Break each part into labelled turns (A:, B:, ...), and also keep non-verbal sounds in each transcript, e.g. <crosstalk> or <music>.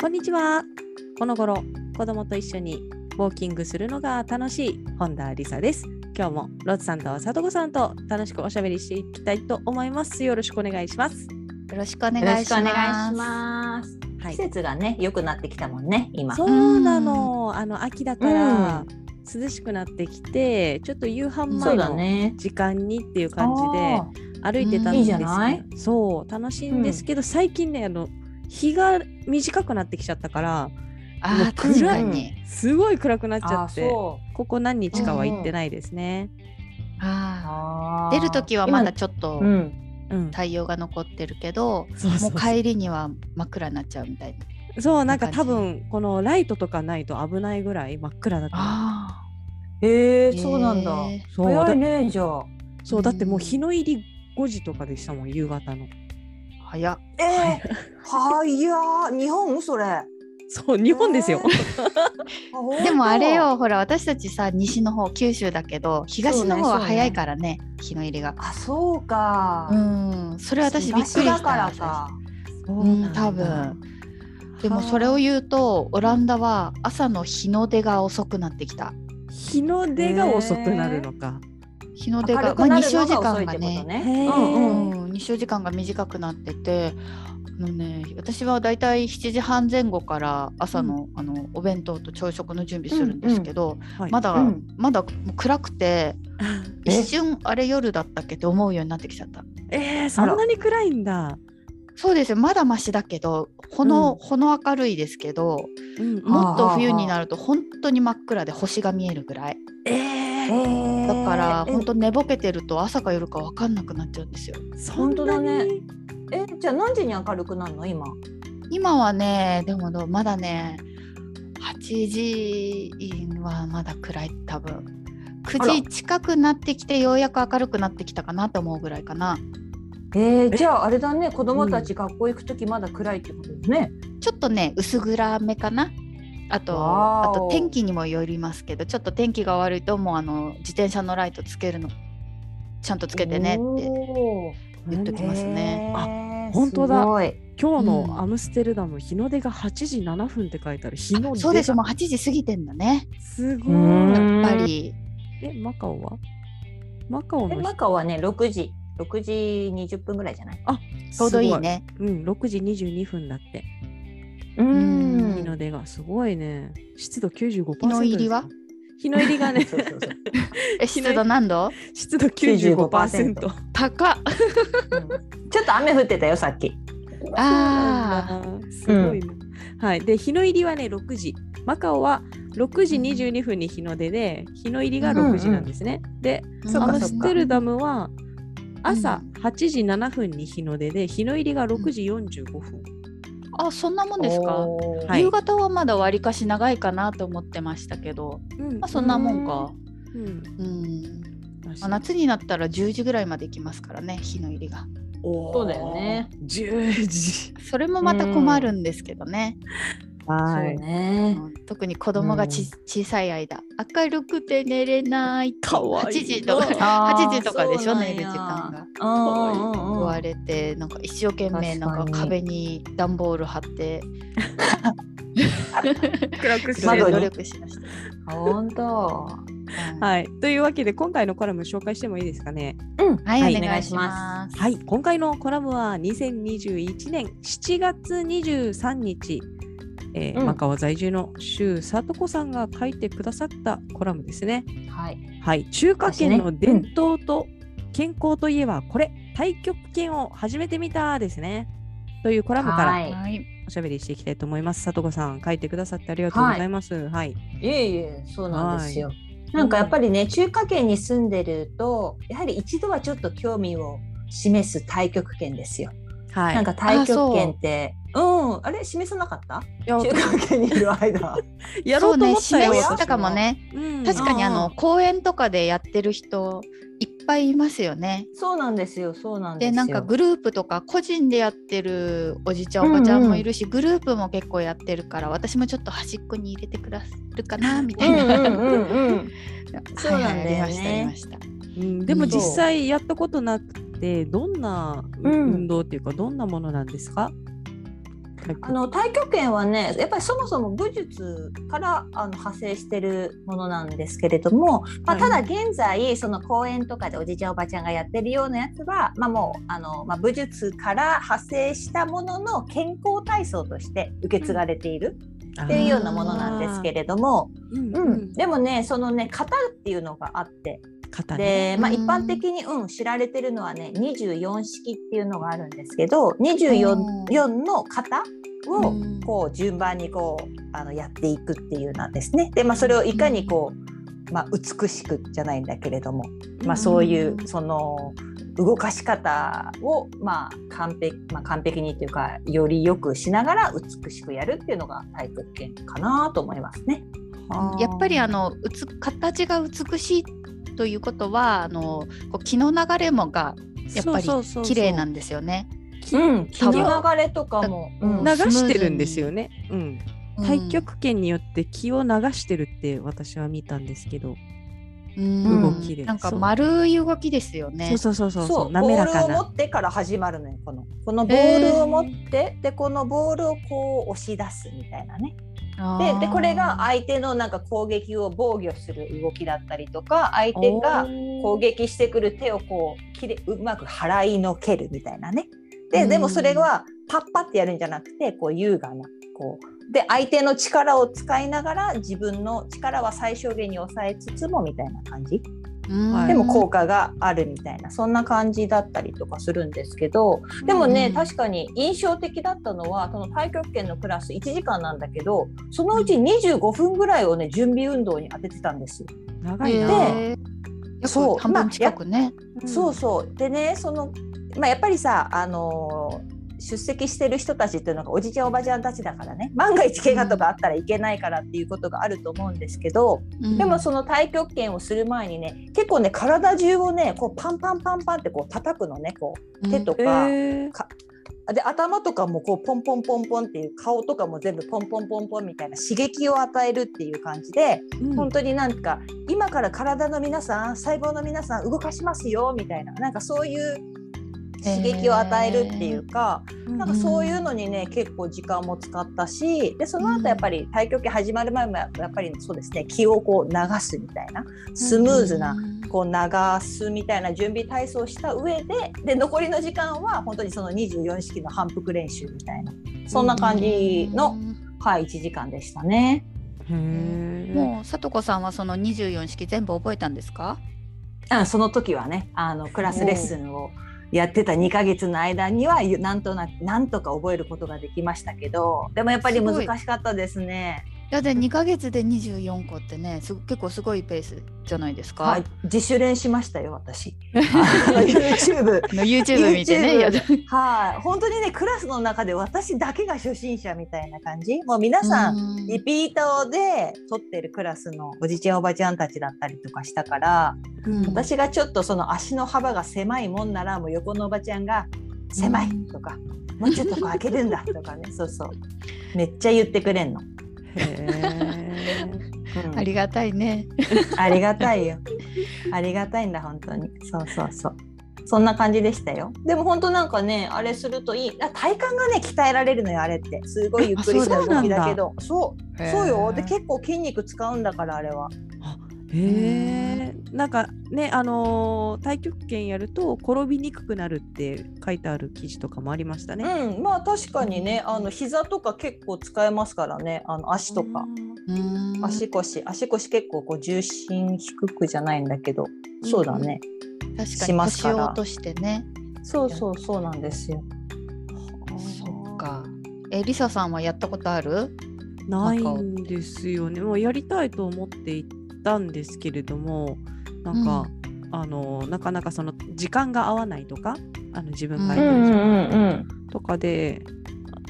A: こんにちは。この頃、子供と一緒にウォーキングするのが楽しい本田理沙です。今日もロッツさんとさとこさんと楽しくおしゃべりしていきたいと思います。よろしくお願いします。
B: よろしくお願
C: よろ
B: い
C: し
B: し
C: くお願い
B: ます
C: します。
A: はい
C: 季。節がね良くなってきたもんね今。
A: そうなの。あの秋だから、涼しくなってきて、ちょっと夕飯
C: そ
A: 前
C: うだ
A: の
C: ね。
A: 時間にっていう感じで
C: あー
A: 歩いてたん
B: うんい
A: です
B: い
C: じ
A: け
C: ゃ
A: ど、
C: ない
A: そう楽しいんですけど、最近ねあの日が短くなってきちゃったから、もう
B: あー
A: 暗い
B: 確かに
A: すごい暗くなっちゃ
C: あ
A: って、
C: そ
A: ここ何日かは行ってないですね。
C: う
B: あ
C: あ
B: ー
C: ー
B: 出る時はまだちょっと
C: 今うん
A: うん。
B: 太陽が残ってるけど、
A: そうそうそう
B: もう帰りには真っ暗になっちゃうみたいな
A: そうなんか
B: な
A: 多
B: 感じ
A: 分このライトとかないと危ないぐらい真っ暗だから
B: あ
C: えー、そうなんだ。
B: えー
A: そうだ
C: 早いねじゃあ。
A: そうだってもう日
B: うん
A: の入り5時とかでしたもん夕方の
B: 早っ
C: えー、はいいやー日本それ。
A: そう日本ですよ、
C: え <laughs> ーあ本当
B: でもあれよほら私たちさ西の方九州だけど東の方
C: そうねそう
B: は
C: ね
B: 早いからね日の入りが
C: あそうか。
B: うんそれ私びっくりした
C: 東だからか。
A: そう
B: うん
A: なんだ
B: 多分でもそれを言うとオランダは朝の日の出が遅くなってきた
A: 日の出が遅くなるのか、
B: 日の出
C: 明
B: が
C: るくな
B: まあ、
C: る
B: 日照
C: の
B: 時
C: が遅
B: 間
C: いっ
B: が
C: てこと
B: ね
C: ね。
A: へー
C: うんうん。
B: うん、日照時間が短くなっててあの、ね、私はだいたい7時半前後から朝の,、あのお弁当と朝食の準備するんですけど、
A: はい
B: まだ、
C: うん
B: まだもう暗くて
C: え
B: 一瞬あれ夜だったっけって思うようになってきちゃった
A: <laughs> えー、そんなに暗いんだ、
B: そうですよまだマシだけどほの,、
A: うん
B: ほの明るいですけど
A: うんうん
B: もっと冬になると本当に真っ暗で星が見えるぐらい
A: えー、
C: え
B: だから
C: え
B: 本当寝ぼけてると朝か夜か分かんなくなっちゃうんですよ
A: そん
C: 本当
A: な
C: だね
A: に
C: えじゃあ何時に明るくなるの今
B: 今はねでもどうまだね8時はまだ暗い多分
C: あら
B: 9時近くなってきてようやく明るくなってきたかなと思うぐらいかな
C: えー、じゃああれだね子供たち学校行く時まだ暗いってことだね、
B: ちょっとね薄暗めかなあ
C: わー
B: と
C: お
B: あと天気にもよりますけどちょっと天気が悪いともうあの自転車のライトつけるのちゃんとつけてねって言っときますね
C: あ
A: 本当だ
C: すごい
A: 今日
B: うん
A: のアムステルダム、日の出が8時7分って書いてある日の出
B: そうですすもう8時過ぎてんだね
A: すご
C: うん
A: い
B: やっぱり
A: えマカオはマカオ
C: え
A: の
C: マ
A: 日
C: カオはね6時6時20分ぐらいじゃない
B: ちょうどいいね
A: うん、6時22分だって、
C: う、
B: うん <laughs>
A: 日の出がすごいね。湿度95%。
B: 日の入りは
A: 日の入りがね
C: そうそうそう
B: え湿度何度
A: <laughs> 湿度95%。
C: 95%
B: 高っ
C: うんちょっと雨降ってたよさっき
B: あ
A: すごいね。はい。で、日の入りはね、6時。マカオは6時22分に日の出で、日の入りが6時なんですね。で、
B: ー
C: そっ
A: ア
C: か
A: ム
C: そっか
A: ステルダムは朝8時7分に日の出で、日の入りが6時45分。
B: あそんなもんですか、
C: おー
A: はい
B: 夕方はまだわりかし長いかなと思ってましたけど、
A: うん
B: まあ、そんなもんか、
A: うん。
B: うん
A: らしい
B: まあ夏になったら10時ぐらいまで行きますからね日の入りが
C: そうだよね。
A: 10時。
B: それもまた困るんですけどね、
C: そう。ね
B: うん特に子供がち、小さい間明るくて寝れないって
A: かわいい
B: 8時と
C: <laughs>
B: か
C: あー
B: 8時とかでしょ
C: そうなんや
B: 寝る時間が
C: うんうん
B: 言
C: うん
B: われてなんか一生懸命なんか
C: 確かに
B: 壁に段ボール貼って
A: 暗く
C: る窓に
B: 努力しました、
C: 本当
B: い、
A: はい、というわけで今回のコラム紹介してもいいですかね。
C: うん
B: はい
C: はい
B: お
C: お
B: 願
C: 願
B: い
C: い
B: し
C: し
B: ま
C: ます
A: はい、今回のコラムは2021年7月23日、えー
C: うん
A: マカオ在住の周里子さんが書いてくださったコラムですね。
C: はい
A: はい、中華圏の
C: 私ねうん
A: 伝統と健康といえばこれ、太極拳を始めてみたですね。というコラムから
C: はい
B: はい
A: おしゃべりしていきたいと思います。里子さん、書いてくださってありがとうございます。はい、
C: いえいえそうなんですよ。なんかやっぱりね中華圏に住んでるとやはり一度はちょっと興味を示す太極拳ですよ。
A: はい。
C: なんか太
B: あそ
C: 極
B: う
C: 拳ってうんあれ示さなかった
A: いや
C: 中華圏にいる間
A: やろうと思ったよ。
B: そうね、
C: 私
B: 示し
C: も
B: たかもね。
A: うん。
B: 確かにあの、
C: う
B: 公園とかでやってる人いっぱいいますよね。
C: そうなんですよそうなんです
B: で
C: よ
B: なんかグループとか個人でやってるおじちゃんおばちゃんもいるし、グループも結構やってるから私もちょっと端っこに入れてくださるかなみた
C: う
B: い
C: んう
B: な、 <laughs> はい
C: んうんうんそうなんだよね
B: はいありましたありました
A: うんでも
B: そ
A: 実
B: う
A: 際やったことなくて、どんな
C: うん
A: 運動っていうか、どんなものなんですか。
C: あの太極拳はねやっぱりそもそも武術からあの派生してるものなんですけれども、まあ、ただ現在その公園とかでおじいちゃんおばちゃんがやってるようなやつは、まあ、もうあの、まあ、武術から派生したものの健康体操として受け継がれている
A: っ
C: っていうようなものなんですけれども、
A: うん
C: う、
A: うんん。
C: でもねそのね型っていうのがあって
A: 肩ね。
C: で、まあ、
B: うん
C: 一般的に、うん、知られてるのはね24式っていうのがあるんですけど24 4の型を
B: うん
C: こう順番にこうあのやっていくっていうなんですね。で、まあ、それをいかにこう、まあ、美しくじゃないんだけれども、まあ、そういう
B: うん
C: その動かし方を、まあ完璧まあ、完璧にというかよりよくしながら美しくやるっていうのが太極拳かなと思いますね。
A: はあ
B: やっぱりあのうつ形が美しいということはあのこう気の流れもがやっ
A: そ
B: ぱり
A: うそうそうそう
B: 綺麗なんですよね。
C: うん、気の
B: 多分
C: 流れとかも、うん
A: 流してるんですよね。うん。
B: うん
A: 太極拳によって気を流してるって私は見たんですけど、
B: うん
C: 動
A: きで
B: なんか
A: そう
B: 丸い動きですよね。
A: そうそうそうそう
C: そう
A: 滑らか
C: ボールを
A: な
C: 持ってから始まるのよこのこのボールを持って、でこのボールをこう押し出すみたいなね
B: あー
C: ででこれが相手のなんか攻撃を防御する動きだったりとか相手が攻撃してくる手をこうきれうまく払いのけるみたいなね
B: う
C: で
B: ん
C: でもそれはパッパってやるんじゃなくてこう優雅なこうで相手の力を使いながら自分の力は最小限に抑えつつもみたいな感じ
B: うん
C: でも効果があるみたいなそんな感じだったりとかするんですけどでもね、
B: うん
C: 確かに印象的だったのはその太極拳のクラス1時間なんだけどそのうち25分ぐらいをね準備運動に当ててたんですよ。
A: 長いな、
B: で
C: そう
B: 約半分近くね。
A: ん
C: そうそうでねその、まあ、やっぱりさ、あのー出席してる人たちっていうのがおじちゃんおばちゃんたちだからね万が一怪我とかあったらいけないからっていうことがあると思うんですけど、
B: うん
C: でもその太極拳をする前にね結構ね体中をねこうパンパンパンパンってこう叩くのねこう手と
A: え
C: か、
A: ー
C: で頭とかもこうポンポンポンポンっていう顔とかも全部ポンポンポンポンみたいな刺激を与えるっていう感じで、
A: うん
C: 本当になんか今から体の皆さん細胞の皆さん動かしますよみたいななんかそういう刺激を与えるっていうか、なんかそういうのにね結構時間も使ったしでその後やっぱり太極拳始まる前もやっぱりそうですね気をこう流すみたいなスムーズなこう流すみたいな準備体操をした上でで残りの時間は本当にその24式の反復練習みたいなそんな感じの、はい、1時間でしたね。
A: へー
B: もうさとこさんはその24式全部覚えたんですか？
C: あその時はねあのクラスレッスンをやってた2ヶ月の間にはゆなんとなくなんとか覚えることができましたけどでもやっぱり難しかったですね。
B: いやで2ヶ月で24個ってねすご結構すごいペースじゃないですか？
C: はい、自主練しましたよ <laughs> 私あの YouTube
B: あの YouTube 見てね
C: YouTube
B: やだ
C: はい本当にねクラスの中で私だけが初心者みたいな感じもう皆さん
B: うん
C: リピーターで撮ってるクラスのおじちゃんおばちゃんたちだったりとかしたから
A: うん
C: 私がちょっとその足の幅が狭いもんならもう横のおばちゃんが「狭い」とか「もうちょっとこう開けるんだ」とかねそうそうめっちゃ言ってくれんの、
A: へー
C: うん
B: ありがたいね。
C: ありがたいよありがたいんだ本当にそうそうそうそんな感じでしたよでも本当なんかねあれするといいあ体幹がね鍛えられるのよあれってすごいゆっくりした
A: あそうな
C: 動
A: ん
C: き
A: だ
C: だけどそうそうよで
B: へー
C: 結構筋肉使うんだからあれは。
A: へーなんかねあのー太極拳やると転びにくくなるって書いてある記事とかもありましたね。
C: うん、まあ確かにね、あの膝とか結構使えますからね、あの足とか、
B: うん
C: 足腰、足腰結構こう重心低くじゃないんだけど、
A: うん
C: そうだね。
B: 確か
C: し
B: に
C: ます
B: 腰
C: から
B: を落としてね。
C: そうそうそうなんですよ。
A: あー
B: そっか。えリサさんはやったことある？
A: ないんですよね。もうやりたいと思って行ったんですけれども、なんか、あのなかなかその時間が合わないとか、あの自分が空いてる時間、
C: ん
A: とかで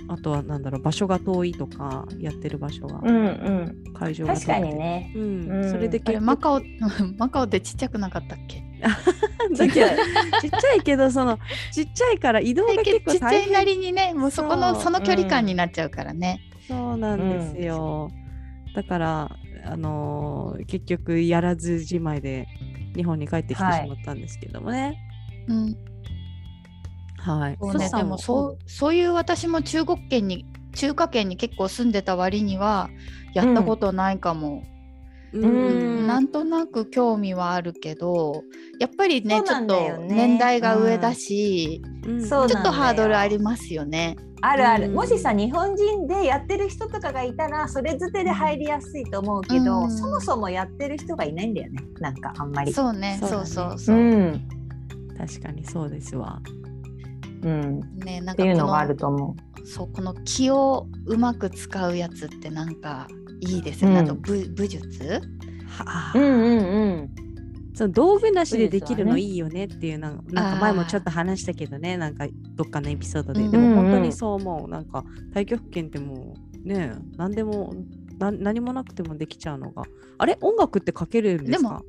A: ああとはなんだろう場所が遠いとかやってる場所が、
C: うんうん
A: 会場が遠い
C: 確かにね
A: うん
C: うん
A: それで
B: あれ
A: 結
B: マ
A: 構
B: カオ <laughs> マカオってちっちゃくなかったっけ？
A: だけど
C: ちっち
A: ちっちゃいけどそのちっちゃいから移動が結
B: ち
A: 構
B: っちゃ
A: 大
B: いな
A: 変
B: りにね、もうそこの
A: そう
B: その距離感になっちゃうからね。
A: そうなんですよ、だからあのー結局やらずじまいで日本に帰ってきてし
C: はい
A: まったんですけどもね
B: うん。
A: はい、
B: そう
A: ト
B: ね
A: シさん
B: でもそうそういう私も中国圏に中華圏に結構住んでた割にはやったことないかも。
A: う
C: うん
A: ん
B: なんとなく興味はあるけど、やっぱりね
C: そう
B: ち
C: な
B: ょっ
C: んだ
B: と
C: よね
B: 年代が上だし、
A: うん
C: そう
B: ち
C: な
B: ょっ
C: んだ
B: と
C: よ
B: ハードルありますよね。
C: あるある、
A: うん
C: もしさ日本人でやってる人とかがいたらそれづてで入りやすいと思うけど、
B: うん
C: そもそもやってる人がいないんだよねなんかあんまり。
B: そうね、
A: そうだ
B: そ
A: ね
B: うそうそう。
C: ん
A: 確かにそうですわ
C: うん、っ
B: ね、なんか
C: て
B: こ
C: いうのがあ
B: の
C: ると思
B: そうこの気をうまく使うやつってなんかいいですよね、
C: うん
B: あと武武術
A: は
C: う。うん
A: その道具なしでできる
C: そう
A: の
C: です
A: いいよねっていうなんかなんか前もちょっと話したけどねなんかどっかのエピソードで、
B: うん
A: でも本当
C: うんう
A: に
C: ん
A: そう思うなんか太極拳ってもうね何でもな何もなくてもできちゃうのがあれ音楽ってかけれるんです
B: で
A: か
B: も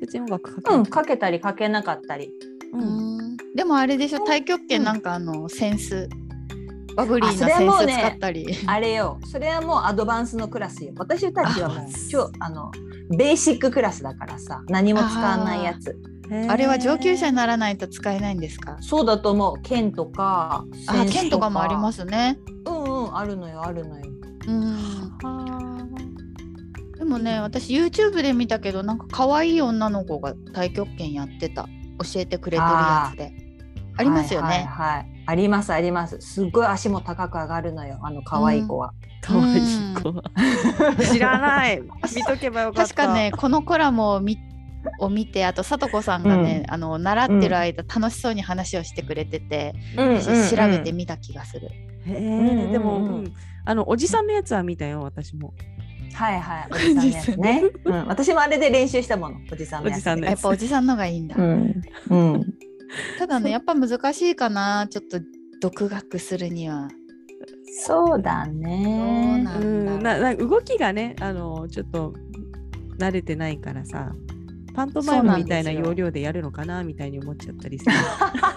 A: 別に音楽かけ
C: う
A: る
C: ん、かけたりかけなかったり。
A: う
B: うんんでもあれでしょ太極拳なんかあの扇子バブリー
C: あそ
B: な
C: れはもう
B: 扇子
C: ね
B: 使ったり、
C: あれよ、それはもうアドバンスのクラスよ。私たちは
A: アド
C: も
A: バ
C: う
A: ンス
C: 超あのベーシッククラスだからさ、何も使わないやつ。
A: へー
B: あれは上級者にならないと使えないんですか
C: そうだと思う。剣とか、。
B: あ剣とかもありますすね
C: うんうん、あるのよ、あるのよ。
B: うん
A: は
B: でもね私 YouTube で見たけどなんか可愛い女の子が太極拳やってた教えてくれてるやつでありますよね、
C: はいはいはい、ありますあります。すっごい足も高く上がるのよ、あの可愛い子は。
A: ーかわいい子は知ら
B: <laughs>
A: ない見とけばよかった
B: 確かねこのコラムを見を見てあとさとこさんがね、あの習ってる間、楽しそうに話をしてくれてて、
C: うん
B: 私調べてみた気がする、
A: へ
C: うんうんう
A: ー
C: ん
A: でも、うんあのおじさんのやつは見たよ私も
C: はいはい、おじさんのや
B: <laughs>
C: つね。うん、私もあれで練習したもの、おじさんの
A: お
C: や
A: じ
C: つ。
A: さんの
B: や
A: や
B: っ
A: つ
B: ぱおじさんのがいいんだ、
C: うん、うん、
B: ただねやっぱ難しいかなちょっと独学するには
C: そうだ
B: そう
C: ね。
B: なん
A: う
B: だ
A: ん、ななんか動きがねあのちょっと慣れてないからさパントマイムみたいな
C: そうなんですよ
A: 要領でやるのかなみたいに思っちゃった
C: <laughs>
A: りする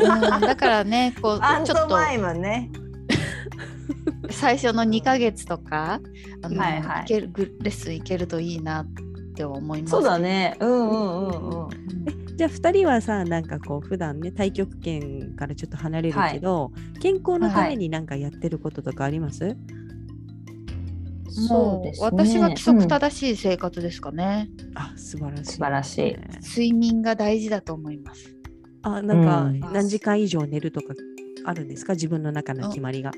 B: うんだからねこう
C: アン
B: ちょ
C: ト
B: っと
C: マイムね。
B: 最初の2ヶ月とかあの、
C: はいはい
B: いけるグレッスン行けるといいなっては思います
C: そうだね。うんうんうんうん。
A: じゃあ2人はさなんかこう普段ね太極拳からちょっと離れるけど、健康のためになんかやってることとかあります、
B: も
C: そううですね。
B: 私は規則
C: うん
B: 正しい生活ですかね、
A: あ素晴らしい、
C: 素晴らしい
B: 睡眠が大事だと思います
A: あなんか
C: うん
A: 何時間以上寝るとかあるんですか自分の中の決まりが、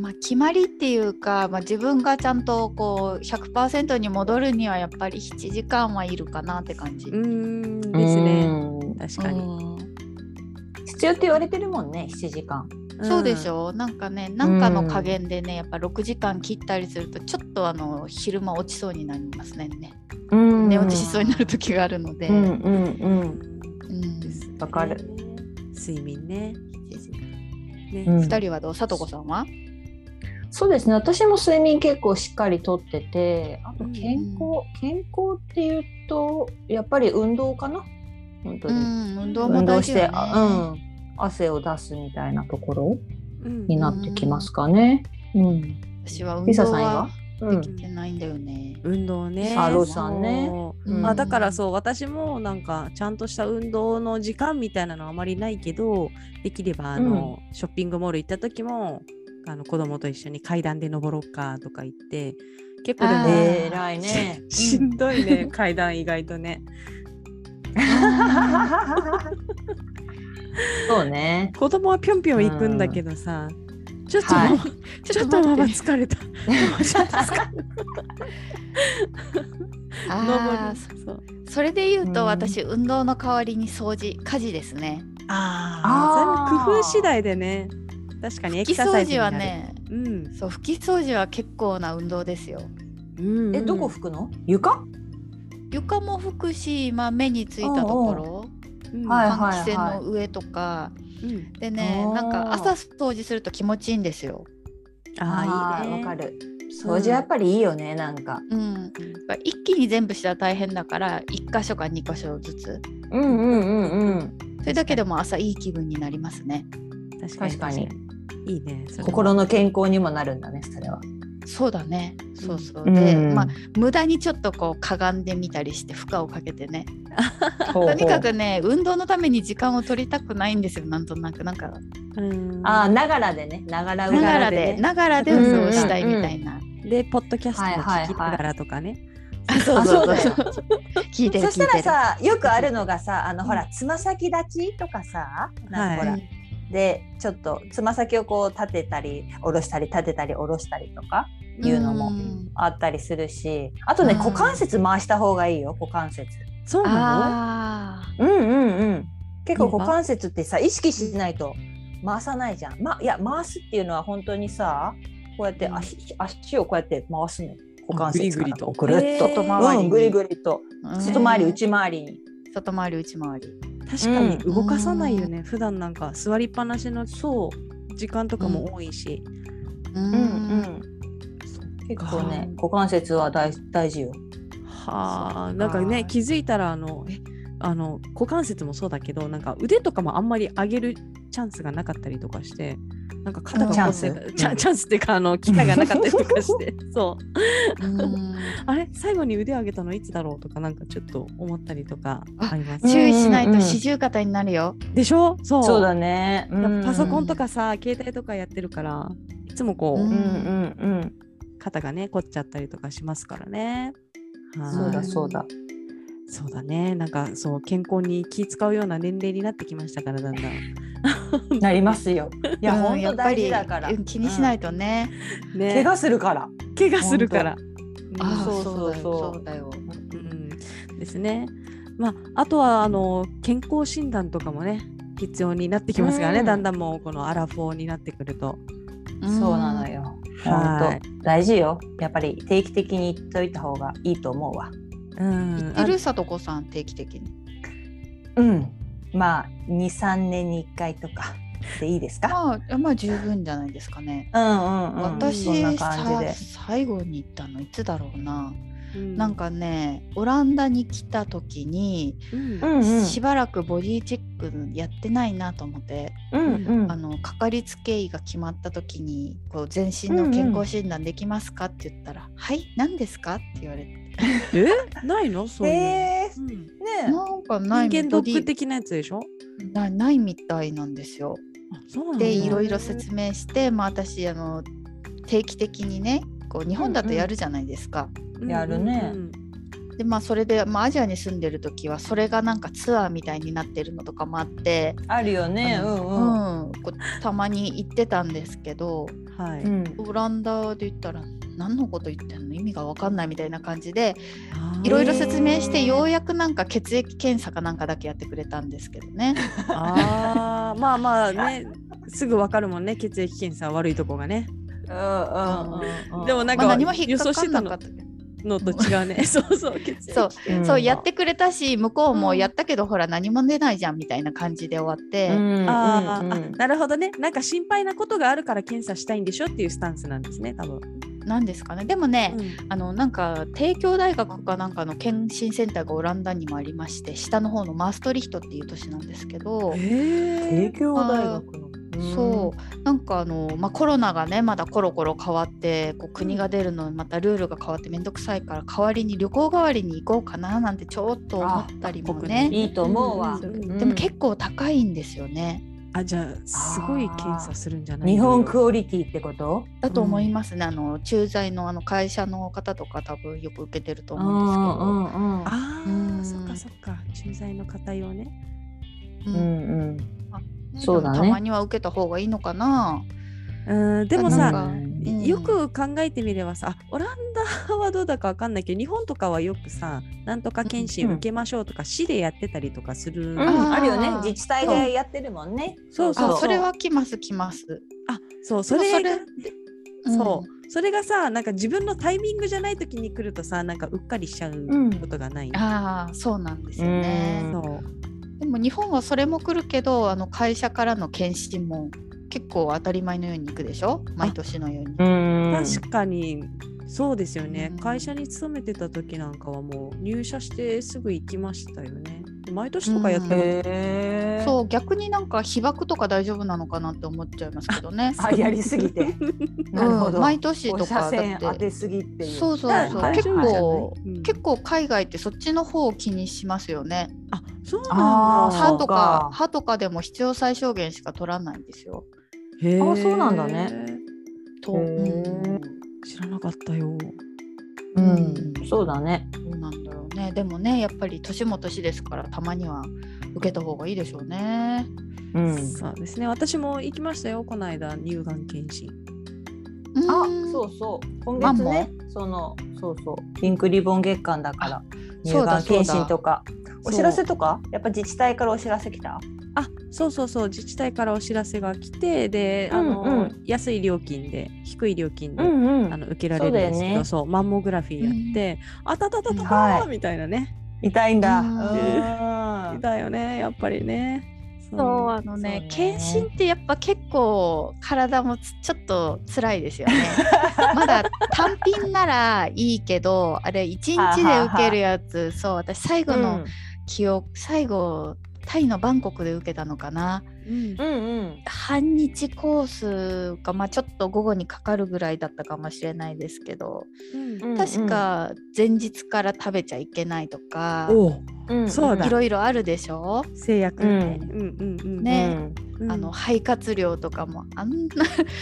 B: まあ、決まりっていうか、まあ、自分がちゃんとこう100%に戻るにはやっぱり7時間はいるかなって感じ。
A: うーんですね
C: うん
A: 確かに、
B: うん
C: 必要って言われてるもんね、7時間。
B: そうでし
A: ょ
B: ょうなんかねなんかの加減でねやっぱ6時間切ったりするとちょっとあの昼間落ちそうになりますねね
C: うん
B: 寝落ちしそうになる時があるので、
C: うんうんうん。
B: うん
A: ですね
C: わかる
A: 睡眠ねね、
C: うん
B: 2人はどうさとこさんは
C: そうですね。私も睡眠結構しっかりとってて、あと健康、健康っていうとやっぱり運動かな。本当
B: う
C: に。
B: ん運動も
C: 運動
B: 大
C: し
B: 事
C: て、
B: よね
C: あうん、汗を出すみたいなところ
A: うん
C: になってきますかね。うん。
B: 私は運
C: リサ
B: 動
C: さん
B: は
C: は？う
B: できてないんだよね。
A: 運動ね。
C: あローさんね
A: そう
C: うん
A: あだから
C: <laughs>
A: そう私もなんかちゃんとした運動の時間みたいなのはあまりないけどできればあの、ショッピングモール行った時もあの子供と一緒に階段で登ろうかとか言って結構でも
B: あー
C: えらいね。
A: しんどいね階段意外とね。
B: あ
C: そうね。
A: 子供はぴょんぴょん行くんだけどさ、ちょっと、
C: はい
B: ー
A: ちょっとママ
B: 待って
A: 疲れ
C: <laughs>
A: た。ちょっと疲れた
B: あ
A: 登
B: ー
A: り <laughs> そう
B: それで言う
C: う
B: と
C: ん
B: 私、運動の代わりに掃除家事ですね
A: ああ、全部工夫次第でね。確かにエ
B: 拭き
A: クササ
B: 掃
A: イズに
B: 除
A: な
B: は
A: る。
B: ね
A: うん。
B: そう拭き掃除は結構な運動ですよ
A: うんうん
C: え、どこ拭くの？床？
B: 床も拭くし、まあ、目についたところ
A: うん
C: はい
B: 換気扇の上とか、
A: うん、
B: でね
C: あー
B: なんか朝掃除すると気持ちいいんですよ。
C: あ
A: あー
C: あ
A: いい
C: わ
A: ね
C: かる掃除やっぱりいいよねなんか
B: うん、一気に全部したら大変だから1箇所か2箇所ずつ
C: うんうんうんうん
B: それだけでも朝いい気分になりますね。
A: 確かに
C: 確かに
A: いいねそれは
C: 心の健康にもなるんだねそれは
B: そうだねそうそう、
C: うん
B: で、
C: うん
B: まあ、無駄にちょっとこうかがんでみたりして負荷をかけてね
C: ほうほう
B: とにかくね運動のために時間を取りたくないんですよなんとなくなんか
A: うん
C: ああながらでねながら
B: な
C: う
B: が
C: が
B: ら
C: ら
B: で
C: でね
B: ながらで運動したいみたいな、
A: でポッドキャスト
C: はい
A: も
C: はいはい
A: 聞きながらとかね、
B: あそう
C: あ
B: そ
C: そうう
B: そう
C: だよ
B: 聞いてる
C: そ
B: 聞
C: したら
B: いてる
C: さよくあるのがさあのほらつま先立ちとかさなんかほ
A: は
C: らでちょっとつま先をこう立てたり下ろしたり立てたり下ろしたりとか言うのも
B: ん
C: あったりするしあとね
B: うん
C: 股関節回した方がいいよ股関節
A: そうな
B: あ
C: うんうんうん結構
A: いいわ
C: 股関節ってさ意識しないと回さないじゃん、ま、いや回すっていうのは本当にさこうやって足,、足をこうやって回すの股関節
A: ぐりぐ
C: から
A: りと
C: こうぐるっと、
A: へー外
B: 回りに
C: うん、ぐりぐりと
B: ーうん
C: 外回り内回りに
B: 外回り内回り
A: の確かに動かさないよね、普段なんか座りっぱなしのそう時間とかも多いし、
B: うん
C: 結構ね股関節は大大事よ。
A: は
B: そ
A: あ
B: っか
A: なんかね気づいたらあのえあの股関節もそうだけどなんか腕とかもあんまり上げるチャンスがなかったりとかしてなんか肩が
B: チャ
C: ンス
A: こうやってチャチャンスっていうかあの機会がなかったりとかしてそう
C: <laughs>
B: うん
A: あれ最後に腕上げたのいつだろうとかなんかちょっと思ったりとかあります
C: あ
B: 注意しない
C: うん
B: と
C: うんうん
B: 四十肩になるよ、
A: でしょそう
C: そうだね。うん
A: パソコンとかさ携帯とかやってるからいつもこう、
B: う
C: うんんうん
A: 肩がね凝っちゃったりとかしますからね。は
C: う
A: い
C: ん。そうだそうだ。
A: そうだねなんかそう健康に気使うような年齢になってきましたからだんだん。
C: なりますよ。いや
B: うん
C: 本
B: やっ
C: 当
B: ぱ
C: 大
B: り
C: 事だから
B: うん。気にしない
C: と。
B: とね、
A: ね
C: 怪我するから。
A: 怪我するから。
B: あー
C: そうそうそう
B: そうだよそうだよ
A: うん、ですね。まああとはあの健康診断とかもね必要になってきますからね、
C: うん
A: だんだんもうこのアラフォーになってくると。
C: そうなのよ。
A: は
C: 本当大事よ。やっぱり定期的に言っといた方がいいと思うわ。
A: うん
B: 行ってるさとこさん定期的に
C: うん。まあ二三年に一回とかでいいですか。
B: まあまあ十分じゃないですかね
C: うんうんうん。
B: 私
C: そんな感じ
B: さ
C: で。
B: 最後に行ったのいつだろうな、
A: う
B: なん、かねオランダに来た時に、
A: うん
C: んうん
B: しばらくボディチェックやってないなと思って、
C: うん
B: あのかかりつけ医が決まった時にこう全身の健康診断できますかって言ったら「はい何ですか?」って言われて、
A: えないの
C: う
A: そ
C: ん。
A: ういうの、
C: ええ
A: うん
C: ね
B: なんかない
A: 人間ド
B: ボ
A: ック
B: ディ
A: 的なやつでしょ
B: なないみたいなんですよ。
A: あそうなんだ
B: でいろいろ説明して、まあ、私あの定期的にねこう日本だとやるじゃないですか。
C: やるね
A: うん
B: でまあそれで、まあ、アジアに住んでる時はそれがなんかツアーみたいになってるのとかもあって、
C: あるよね。
B: あ
C: う
B: の
C: んうん。
B: うんこうたまに行ってたんですけど
A: うんは
C: う
A: い。
C: ん。
B: オランダで言ったら何のこと言ってんの意味が分かんないみたいな感じでい
C: ー
B: ろいろ説明してようやくなんか血液検査かなんかだけやってくれたんですけどね。
A: あーまあまあね、すぐわかるもんね、血液検査悪いとこがね。
C: うんうんうん。
A: で <laughs> もなんか
B: まあ、何も引
A: 予
B: っか
A: 想
B: か
A: して
B: ん
A: た
B: な
A: の
B: かったけど
A: のと違うね。そうそう、血液。
B: そう
C: うん
B: そうやってくれたし向こうもやったけど、ほら何も出ないじゃんみたいな感じで終わって、
C: うん
A: あー、
C: うんうん
A: あなるほどね。なんか心配なことがあるから検査したいんでしょっていうスタンスなんですね、多分。
B: なんですかねでもね、
A: うん
B: あのなんか帝京大学かなんかの検診センターがオランダにもありまして下の方のマーストリヒトっていう都市なんですけど、
A: へ
C: 帝
A: え。
C: 京大学の。
B: そうなんかあの、まあ、コロナがねまだコロコロ変わってこう国が出るのにまたルールが変わって面倒くさいから代わりに旅行代わりに行こうかななんてちょっと思ったりも
A: あ
B: ね
C: いいと思うわ。
A: うんうん
B: でも結構高いんですよね、
A: あ、じゃあ、すごい検査するんじゃない
C: 日本
A: う。
C: クオリティってこと？
B: だと思いますねあの駐在のあの会社の方とか多分よく受けてると
C: う
B: 思うんですけど。
C: ん
A: あ
B: う
A: あ、
B: ん
A: そっかそっか。駐在の方用ね。
C: うんうんうん。
B: ね
C: そうだね
B: でもたまには受けた方がいいのかな。
A: うん、でも
B: な
A: さ
B: ん、かうん
A: よく考えてみればさあオランダはどうだかわかんないけど日本とかはよくさなんとか検診受けましょうとか、市でやってたりとかする、
C: う
B: あ
A: あ
B: ー
C: ん、あるよね。自治体でやってるもんね。
A: そう
B: あ、
A: そう
B: それは来ます来ます。
A: そうそれが
B: でもそれ
A: そう、それがさなんか自分のタイミングじゃない時に来るとさなんかうっかりしちゃうことがない、
B: ああ、そうなんですよ
C: う
B: ね。
A: そ
C: ん
A: う
B: でも日本はそれも来るけどあの会社からの検診も結構当たり前のように行くでしょ毎年のように。
A: 確かにそうですよね、
B: うん
A: 会社に勤めてた時なんかはもう入社してすぐ行きましたよね毎年とかやって
B: うん
A: ま
C: へー
B: そう逆になんか被爆とか大丈夫なのかなって思っちゃいますけどね。
C: あやりすぎてなるほど、
B: うん毎年と
C: 放射
B: か
C: 線
B: だ
C: 当
B: って
C: てすぎっていう
B: そうそう
C: はい
B: そう
C: はい
B: 結
C: はい
B: 構
A: うん
B: 結構海外ってそっちの方を気にしますよね。
A: あそうなん
C: あー
A: だ
B: 歯と
C: そ
B: か
C: うか
B: 歯とかでも必要最小限しか取らないんですよ。
A: へー
C: あそうなんだね
B: と、
C: へ
B: うん
C: ー
A: 知らなかったよ
C: うん、そうだね
B: どうなんだろうね。でもねやっぱり年も年ですからたまには受けた方がいいでしょうね。
C: うん
A: そうですね私も行きましたよこの間乳がん検診
C: あ
B: うん
C: そうそう
B: マ
C: 今
B: ン
C: 月
B: モ
C: ねそのそうそうピンクリボン月間だから乳
B: そう
C: が
B: だ
C: ん
B: そうだ
C: 検診とかお知らせとかやっぱ自治体からお知らせ来た
A: あそうそうそう自治体からお知らせが来てで、
C: うん
A: あの安い料金で低い料金で、
C: ん
A: あの受けられるんですけど
C: そう
A: そう,、
C: だよね
A: マンモグラフィーやって、あたたたたた
C: はい
A: みたいなね、
C: 痛いんだ
B: う
C: うんん
A: だよねやっぱりねそ
B: そうあのね
C: そうね
B: 検診ってやっぱ結構体もつちょっと辛いですよ <laughs> ねまだ単品ならいいけどあれ1日で受けるやつそう私最後の記憶、最後タイのバンコクで受けたのかな
A: うん
C: うんうん
B: 半日コースがまあちょっと午後にかかるぐらいだったかもしれないですけど、
C: うん
B: 確か前日から食べちゃいけないとか、
A: おう
C: うん
A: そうだ
B: いろいろあるでしょ
A: 制約
C: うん
A: ね、うんうんうん
B: ね
C: うん
A: うん
B: あの肺活量とかもあんな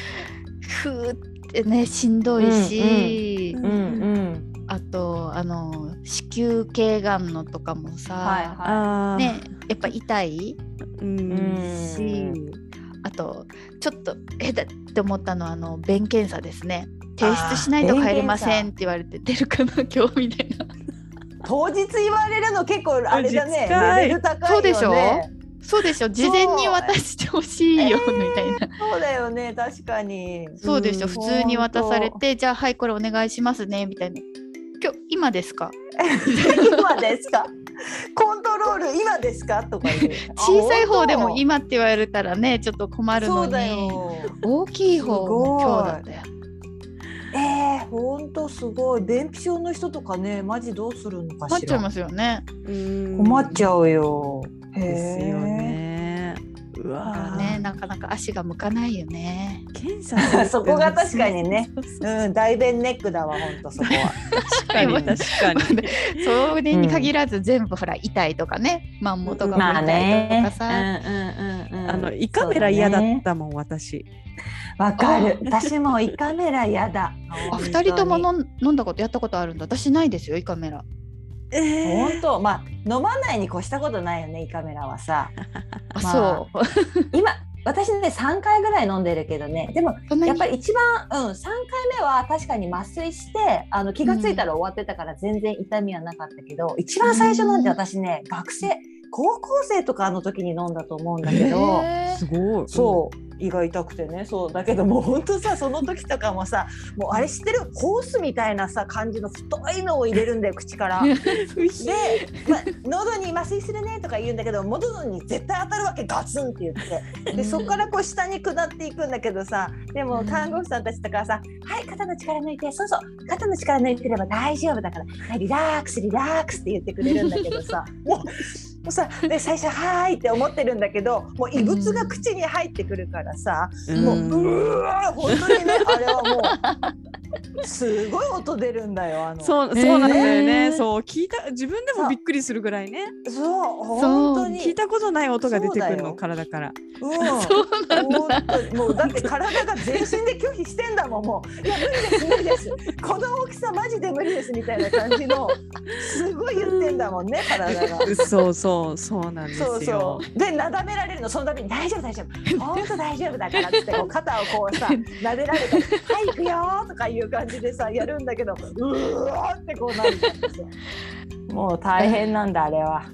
B: <laughs> ふーってねしんどいし、
A: うん
C: うんうん
B: あとあの子宮頸がんのとかもさ、
C: はいは
A: あー
B: ね、やっぱ痛い
A: うん
C: うん
B: しあとちょっとえだって思ったのはあの便検査ですね提出しないと帰れませんって言われて出るかな今日みたいない
C: 当日言われるの結構あれだね
A: 実際
C: レベル高い
B: そ
C: よね
B: うでしょそうでしょ事前に渡してほしいよ
C: そう
B: みたいな、
C: そうだよね確かに
B: <laughs> そうでしょ
C: うん
B: 普通に渡されてじゃあはいこれお願いしますねみたいな今日今ですか
C: 今ですか <laughs> コントロール今ですかとか言う
B: 小さい方でも
C: あ
B: 今って言われたらねちょっと困
C: 本
B: る
C: 当
B: の
C: そうだ
B: に
C: よ
B: 大きい方も
C: すごい
B: 今日だったよ
C: えー、ほんとすごい便秘症の人とかねマジどうするの
B: 困
C: か
B: っ
C: し
B: ちゃい
C: ら
B: ますよね
A: うん
C: 困っちゃうよへー
A: ですよねう
B: だから
A: わ
B: ねなかなか足が向かないよね
A: 検査する
C: <laughs> そこが確かにね
A: そうそうそう
C: うん大便ネックだわほんとそこは
A: 確
B: 確
A: かに確かに
B: それに限らず全部ほら痛いとかねマンモとかも痛いとかさ、
C: うんうんうんうん
A: <laughs> あの胃カメラ嫌だったもん、私。
C: わかる私も胃カメラ嫌だ
B: あ二人とも
C: 本当に
B: 飲ん飲んだことやったことあるんだ私ないですよ胃カメラ
A: え
C: 本当まあ飲まないに越したことないよね胃カメラ
A: <laughs>
C: はさ
B: あ、
C: まあ
B: そう
C: 今私ね3回ぐらい飲んでるけどねでも
B: そんなに
C: やっぱり一番、うん、3回目は確かに麻酔してあの気が付いたら終わってたから全然痛みはなかったけど、一番最初なんて私ね学生高校生とかの時に飲んだと思うんだけど。
B: へー
A: すごい。
C: そう胃が痛くてねそうだけどもうほんとさその時とかもさもうあれ知ってるホースみたいなさ感じの太いのを入れるんだ <laughs> よ口から。で、まあ、喉に麻酔するねとか言うんだけど喉に絶対当たるわけガツンって言ってでそこからこう下に下っていくんだけどさでも看護婦さんたちとかはさ「はい肩の力抜いてそうそう肩の力抜いてれば大丈夫だから、はい、リラックスリラックス」って言ってくれるんだけど
A: <laughs>
C: さもうもうさで最初「はーい」って思ってるんだけどもう異物が口に入ってくるからさ
A: うん
C: もううわー本当
A: <laughs>
C: にねあれはもうすごい音出るんだよあの。
A: そう、そうなんだよね。
B: えー
A: そう、聞いた、自分でもびっくりするぐらいね。
C: そう
B: そう
C: 本当に
A: 聞いたことない音が出てくる
C: そうだ
A: の、
C: よ
A: 体から。
C: うん、
B: そうなんだ
C: 本当にもうだって体が全身で拒否してんだもんもういや無理です無理ですこの大きさマジで無理ですみたいな感じのすごい言ってんだもんね体が。
A: <laughs> そうそう、そうなんですよ。
C: そうそうでなだめられるのその度に「大丈夫大丈夫本当大丈夫だから」っつってこう肩をこうさなでられて「はい行くよ」とかいう感じでさやるんだけどうわーってこうなるんですよ。もう大変なんだあれは。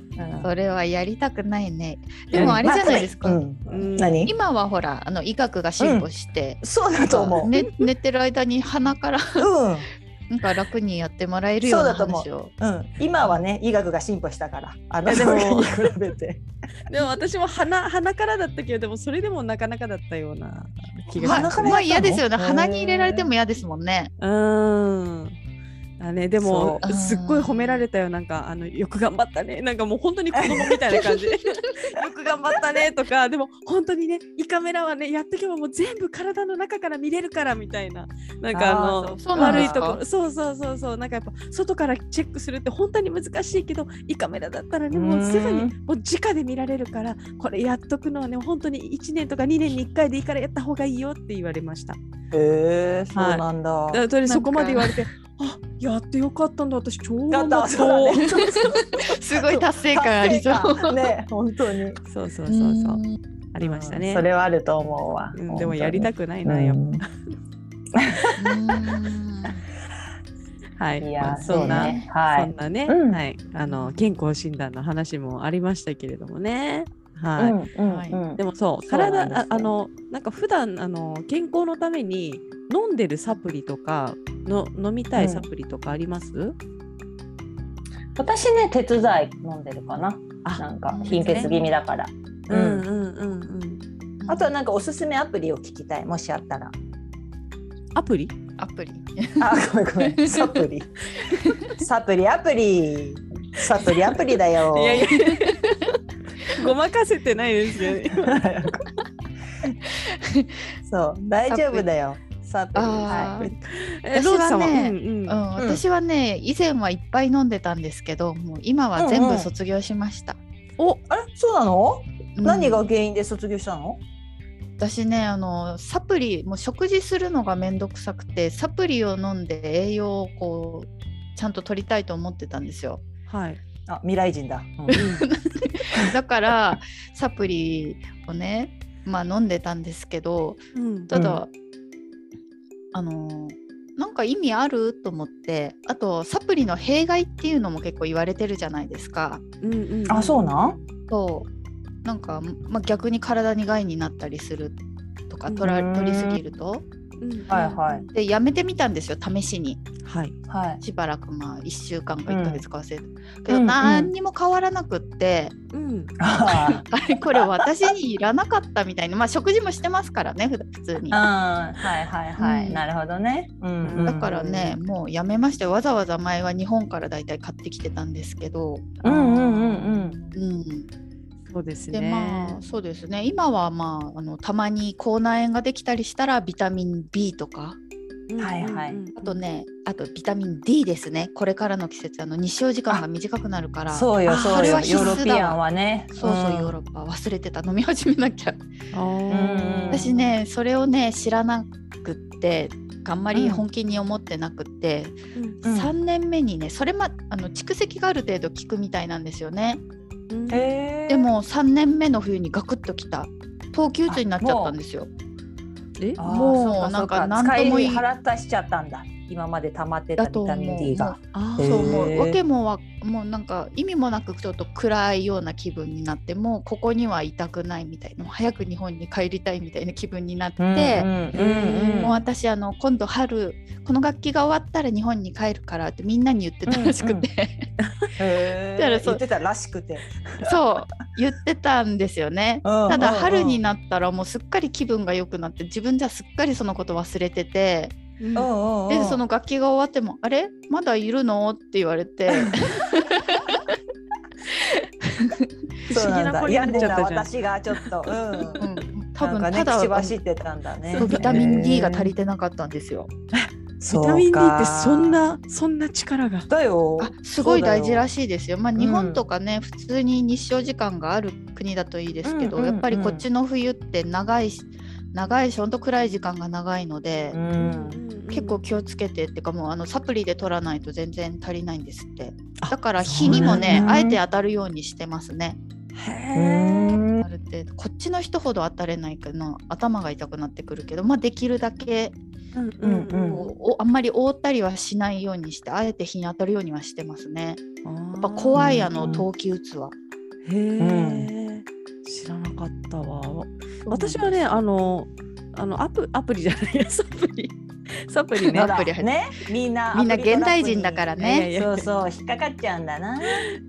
B: それはやりたくないね
C: うん
B: でもあれじゃないですか、
C: うん
A: うん
C: 何
B: 今はほらあの医学が進歩して、
C: そうだと思う。
B: ね、寝てる間に鼻から
C: うん
B: なんか楽にやってもらえるよ
C: そうう
B: な
C: だと思う
B: 話を。
C: うん、今はね医学が進歩したからあの
A: いやでも
C: 頃に <laughs> 比べて
A: でも私も鼻鼻からだったけどでもそれでもなかなかだったような気がし
B: ま
A: ま
C: 鼻
B: あ
A: す
C: か、ら
B: まあ嫌ですよね。
C: へー
B: 鼻に入れられても嫌ですもんね。
A: うーんあね、でも
B: そう
A: すっごい褒められたよなんかあのよく頑張ったねなんかもう本当に子供みたいな感じ <laughs> よく頑張ったねとかでも本当にね胃カメラはねやってけばもう全部体の中から見れるからみたいななんかあ
C: あー
A: の
C: そう
B: そうなん
A: 悪
B: で
A: い
B: す
A: と
B: か
A: ころそうそうそうそうなんかやっぱ外からチェックするって本当に難しいけど胃カメラだったらねもうすぐに
C: うん
A: もう直で見られるからこれやっとくのはね本当に1年とか2年に1回でいいからやった方がいいよって言われました。
C: へえそうなんだ、
A: だからとりあえず
B: な
A: そ
B: んか
A: こまで言われてあやってよかったんだ私超
C: だ
A: 頑張
C: った
A: った
C: そうだね
B: すごい達成感ありそう。
C: 達成感
A: <laughs>
C: ね本当に
A: そうそうそうそううんありましたね
C: それはあると思うわ、
A: うんでもやりた
C: く
A: くないなやっぱはい
C: い
A: ま
C: や
A: あ
C: そ
A: そ
C: うん
A: な
C: ねは
A: そん
C: い、
A: なね
C: うん
A: はいあの健康診断の話もありましたけれどもね
C: う
A: はい
C: んうんうん
A: でもそう
C: そうな
A: 体
C: んです
A: あ
C: よ
A: あのなんか普段あの健康のために飲んでるサプリとかの飲みたいサプリとかあります、
C: 私ね鉄剤飲んでるかな
A: あ
C: なんか
B: うん
C: 貧血気味だから、
A: うんうんうんうん
C: あとはなんかおすすめアプリを聞きたいもしあっ
A: <laughs>
C: たら
A: アプリ
B: アプリ。
C: あごめんごめんサプリサプリアプリサプリアプリだよ
A: いやいや <laughs> ごまかせてないです <laughs> よね今
C: <laughs> そう大丈夫だよサプリ
B: あー
C: はい
A: え
B: 私はね
A: うんうん
B: うん、私はね以前はいっぱい飲んでたんですけどもう今は全
C: うんうん
B: 部卒業しました、
C: おあれそうなの、
B: うん
C: 何が原因で卒業したの
B: 私ねあのサプリもう食事するのがめんどくさくてサプリを飲んで栄養をこうちゃんと取りたいと思ってたんですよ
A: はい、
C: あ未来人だ
B: だからサプリをねまあ飲んでたんですけど
A: うん
B: ただ、あのなんか意味あると思ってあとサプリの弊害っていうのも結構言われてるじゃないですか。
A: <laughs> うんうん
C: あそう
A: の
C: なん
B: そうなんか、まあ、逆に体に害になったりするとか取ら
C: うーん
B: 取りすぎると
C: はいはい
B: でやめてみたんですよ試しに
A: はい
C: <laughs> はい
B: しばらくまあ1週間か
C: うん
B: 1ヶ月か忘れた、け
C: うん
B: ど
C: うん
B: 何にも変わらなくって、
A: うん
C: あ
B: あれこれ私にいらなかったみたいなまあ食事もしてますからね普段普通に
C: ーあーはいはいはい、
B: うん
C: なるほどね、うんうん
B: だからねもうやめましてわざわざ前は日本からだいたい買ってきてたんですけど、
C: うんうんうん
B: うん、
A: そうです
B: で
A: ね、
B: まあそうですね今はまああのたまに口内炎ができたりしたらビタミン B とか
A: うん
C: はいはい
A: うんうん
B: あとねあとビタミン D ですねこれからの季節あの日照時間が短くなるから
C: そうよ
B: あ
C: そ
B: そうれ
C: よ
B: は
C: ヨ
B: 必須
C: ー
B: だ
C: ロピアンはね
B: そうそう、ヨー
C: ロ
B: ロッパ忘れてた飲み始めなきゃ
A: あー
C: うん
B: 私ねそれをね知らなくってあんまり本気に思ってなくって、
A: うん
C: うん
B: 3年目にねそれまあの蓄積がある程度効くみたいなんですよね
A: うん
C: へー
B: でも3年目の冬にガクッときた冬季うつになっちゃったんですよ
A: え
C: あー
B: もう
C: そか
B: なんか
C: そか
B: なんとも言い
C: 使い払ったしちゃったんだ今まで溜まってた
B: だと
C: ビ
B: 思
C: タ
B: う
C: ミン D が
A: あ
B: そう
A: ー
B: もう
C: へー
B: 訳もわもうなんか意味もなくちょっと暗いような気分になってもうここにはいたくないみたいなもう早く日本に帰りたいみたいな気分になって、
A: うん
B: もう私あの今度春この学期が終わったら日本に帰るからってみんなに言ってたらしくて、
C: へー
B: だからそう
C: 言ってたらしくて
B: <laughs> そう言ってたんですよね。
C: た
B: ただ春になったらもうすっかり気分が良くなって自分じゃすっかりそのこと忘れてて
A: うん
B: でその楽器が終わっても「あれまだいるの?」って言われ
C: <laughs>
B: て
A: 不
C: そう
A: 思議
C: なん
A: な子
C: だ
A: にな
C: 病ん
A: っち
C: で
A: ゃったたじゃん
C: 私がちょっとう
B: うんん多
C: な
B: 分
C: ん
B: た
C: かね
B: だ
C: 口走ってたんだね
B: そうビタミン D が足
C: り
B: りてなかったんですよ。
A: ビタミン D ってそんなそんな力が
C: だよ
B: あすごい大事らしいですよ。まあ、
C: ん
B: 日本とかね、普通に日照時間がある国だといいですけど、
C: うんうんうん
B: やっぱりこっちの冬って長いし長いしほんと暗い時間が長いので、
C: うん
B: 結構気をつけてっていうかもうあのサプリで取らないと全然足りないんですって
A: あ
B: だから日にもね
C: そうなんだ
B: あえて当たるようにしてますね。
A: へー
B: ある程度こっちの人ほど当たれないけど頭が痛くなってくるけど、まあ、できるだけ
A: うん
C: うん
B: こうおあんまり覆ったりはしないようにしてあえて日に当たるようにはしてますね。やっぱ怖いあ
C: う
B: の
C: ん
B: 冬季うつは。
A: へえ、知らなかったわ。私はね、あの、あのアプアプリじゃないや、サプリ。サプリね
B: アプリ入って
C: ねみんな
B: みんな現代人だからね
C: いやいやそうそう引っかかっちゃうんだな。
A: い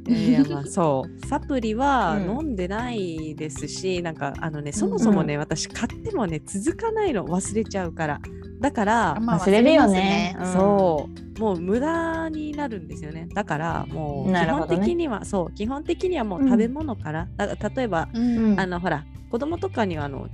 A: やいやまあそうサプリは
C: うん
A: 飲んでないですし、なんかあのねそもそもね、私買ってもね続かないの忘れちゃうからだから、
B: まあ
C: 忘れるよね
B: 忘れます
C: うん
A: そうもう無駄になるんですよねだからもう
C: な
A: 基
C: るほ
A: 本
C: どね
A: 的には、そう基本的にはもう食べ物から、だから例えば
B: うん
A: あのほら子供とかにはあの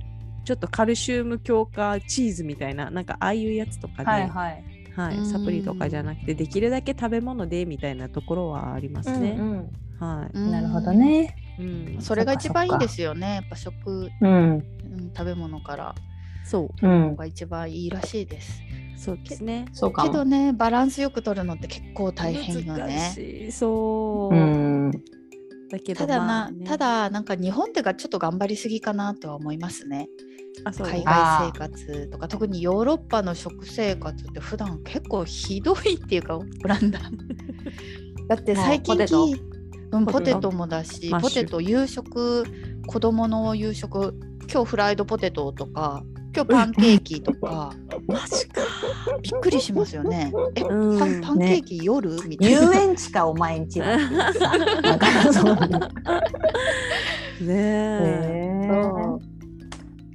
A: ちょっとカルシウム強化チーズみたいななんかああいうやつとかで、
C: はいはい。
A: はい
B: うん
A: サプリとかじゃなくてできるだけ食べ物でみたいなところはありますね。
C: うん
A: は
B: う
C: うんんなるほどね。
A: い、うん、
B: それが一番いいん
C: そっかそっか
B: ですよねやっぱ食、
C: うん
B: うん、食べ物から
A: そう
C: うん。
B: が一番いいらしいです
A: そうですね。
C: そうか
B: けど
C: も。
B: ねバランスよく取るのって結構大変よ
A: 難
B: ね
A: しい。そう。
C: うん。
A: だけど
B: ただな、
A: まあね
B: ただなんか日本ってがちょっと頑張りすぎかなとは思いますね
A: あそう <laughs>
B: 海外生活とか特にヨーロッパの食生活って普段結構ひどいっていうかオラン
A: <laughs>
B: ダだって最近
D: もうポテト
B: きうん、
A: ポ
B: ポ
A: テ
B: テ
A: ト
B: トもだし
A: マッ
B: ポ
A: シュ
B: テト夕食子供の夕食今日フライドポテトとか今日パンケーキとか
A: マジか。
B: びっくりしますよねえ、
A: うん
B: パンパンケーキ夜、みたい
C: 遊
B: な
C: 園地かお前ん
A: <laughs>
C: ちはっていうさ。なんかそう。
A: ねえ。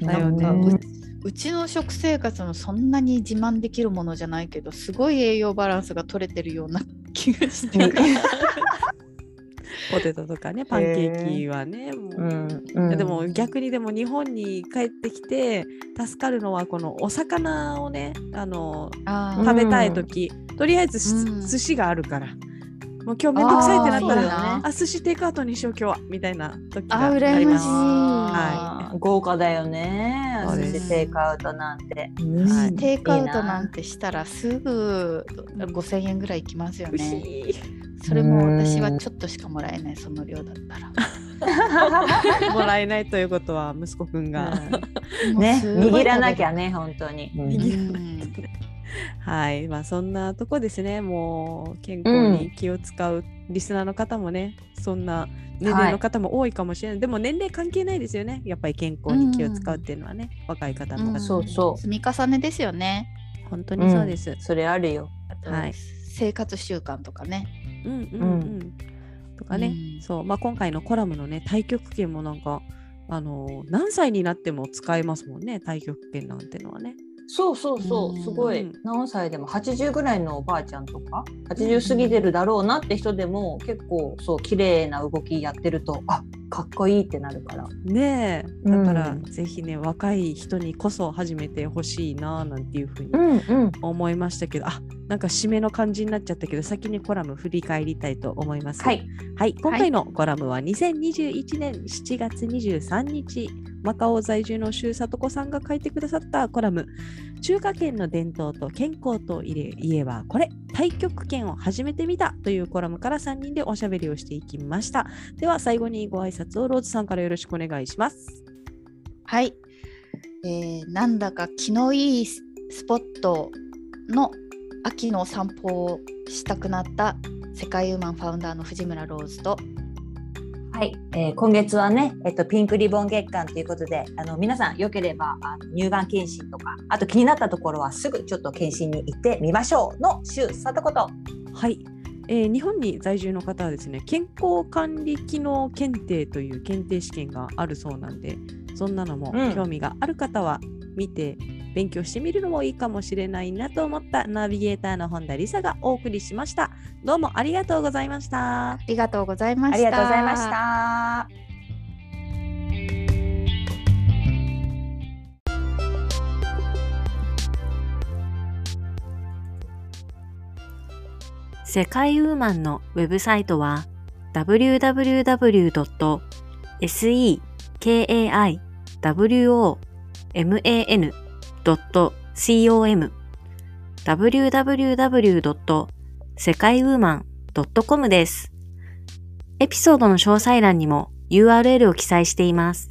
C: そ
A: だよね
B: なんかう <laughs> うちの食生活もそんなに自慢できるものじゃないけどすごい栄養バランスが取れてるような気がして
A: ポテトとかね、パンケーキはね。もう
C: うん
A: い
C: うん
A: やでも逆にでも日本に帰ってきて助かるのはこのお魚をねあの
B: あー
A: 食べたい時、とりあえずし、
B: うん
A: 寿司があるからもう今日めんどくさいってなった
B: あーそう
A: ら
B: だ
A: あ寿司テイクアウトにしよう今日はみたいな時が
B: あ
A: あり
B: 羨ま
A: ま
B: しい
A: す。
C: あー豪華だよね
A: そうです
C: 寿司テイクアウトなんて
A: はい
B: テイクアウトなんてしたらすぐ5000円ぐらいいきますよ
A: 美味し
B: ね。
A: い
B: それも私はちょっとしかもらえないその量だったら。
A: <laughs> もらえないということは息子くん <laughs> が、
B: もう
C: ね
B: すごい
C: 握らなきゃね本当に
B: 食べる。
A: 握らなきゃはいまあそんなとこですねもう健康に気を使うリスナーの方もね、そんな年齢の方も多いかもしれない、でも年齢関係ないですよねやっぱり健康に気を使うっていうのはね、若い方も、
B: うん
C: そうそう
B: 積み重ねですよね。
A: 本当にそうです、
C: それあるよ
B: あと
A: はい
B: 生活習慣とかね。
A: うんうんうんとかね、
B: うん
A: そうまあ今回のコラムのね太極拳もなんかあの何歳になっても使えますもんね太極拳なんてのはね
C: そうそうそううんすごい何歳でも80ぐらいのおばあちゃんとか80過ぎてるだろうなって人でも結構そう綺麗な動きやってるとあかっこいいってなるから
A: ねえだから、
C: うん
A: ぜひね若い人にこそ始めてほしいななんていうふうに
C: んうん
A: 思いましたけど、あなんか締めの感じになっちゃったけど先にコラム振り返りたいと思います。
C: はい
A: はい、今回のコラムは2021年7月23日、マカオ在住の周里子さんが書いてくださったコラム「中華圏の伝統と健康といえいえばこれ太極拳を始めてみた」というコラムから3人でおしゃべりをしていきましたでは最後にご挨拶をローズさんからよろしくお願いします
B: はい、えーなんだか気のいいススポットの秋の散歩をしたくなった世界ウーマンファウンダーの藤村ローズと
C: はい、えー今月はね、えっと、ピンクリボン月間ということであの皆さんよければあの乳がん検診とかあと気になったところはすぐちょっと検診に行ってみましょうの週さとこと
A: はい、えー日本に在住の方はですね健康管理機能検定という検定試験があるそうなんでそんなのも
C: うん
A: 興味がある方は見て勉強してみるのもいいかもしれないなと思ったナビゲーターの本田理沙がお送りしましたどうもありがとうございました
B: ありがとうございま
C: ありがとうございました。
E: 世界ウーマンのウェブサイトは www.sekaiwoman.com www.sekaiwoman.com です。エピソードの詳細欄にも URL を記載しています。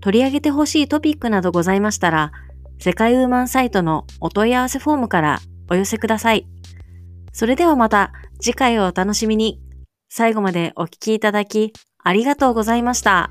E: 取り上げてほしいトピックなどございましたら、世界ウーマンサイトのお問い合わせフォームからお寄せください。それではまた次回をお楽しみに。最後までお聞きいただきありがとうございました。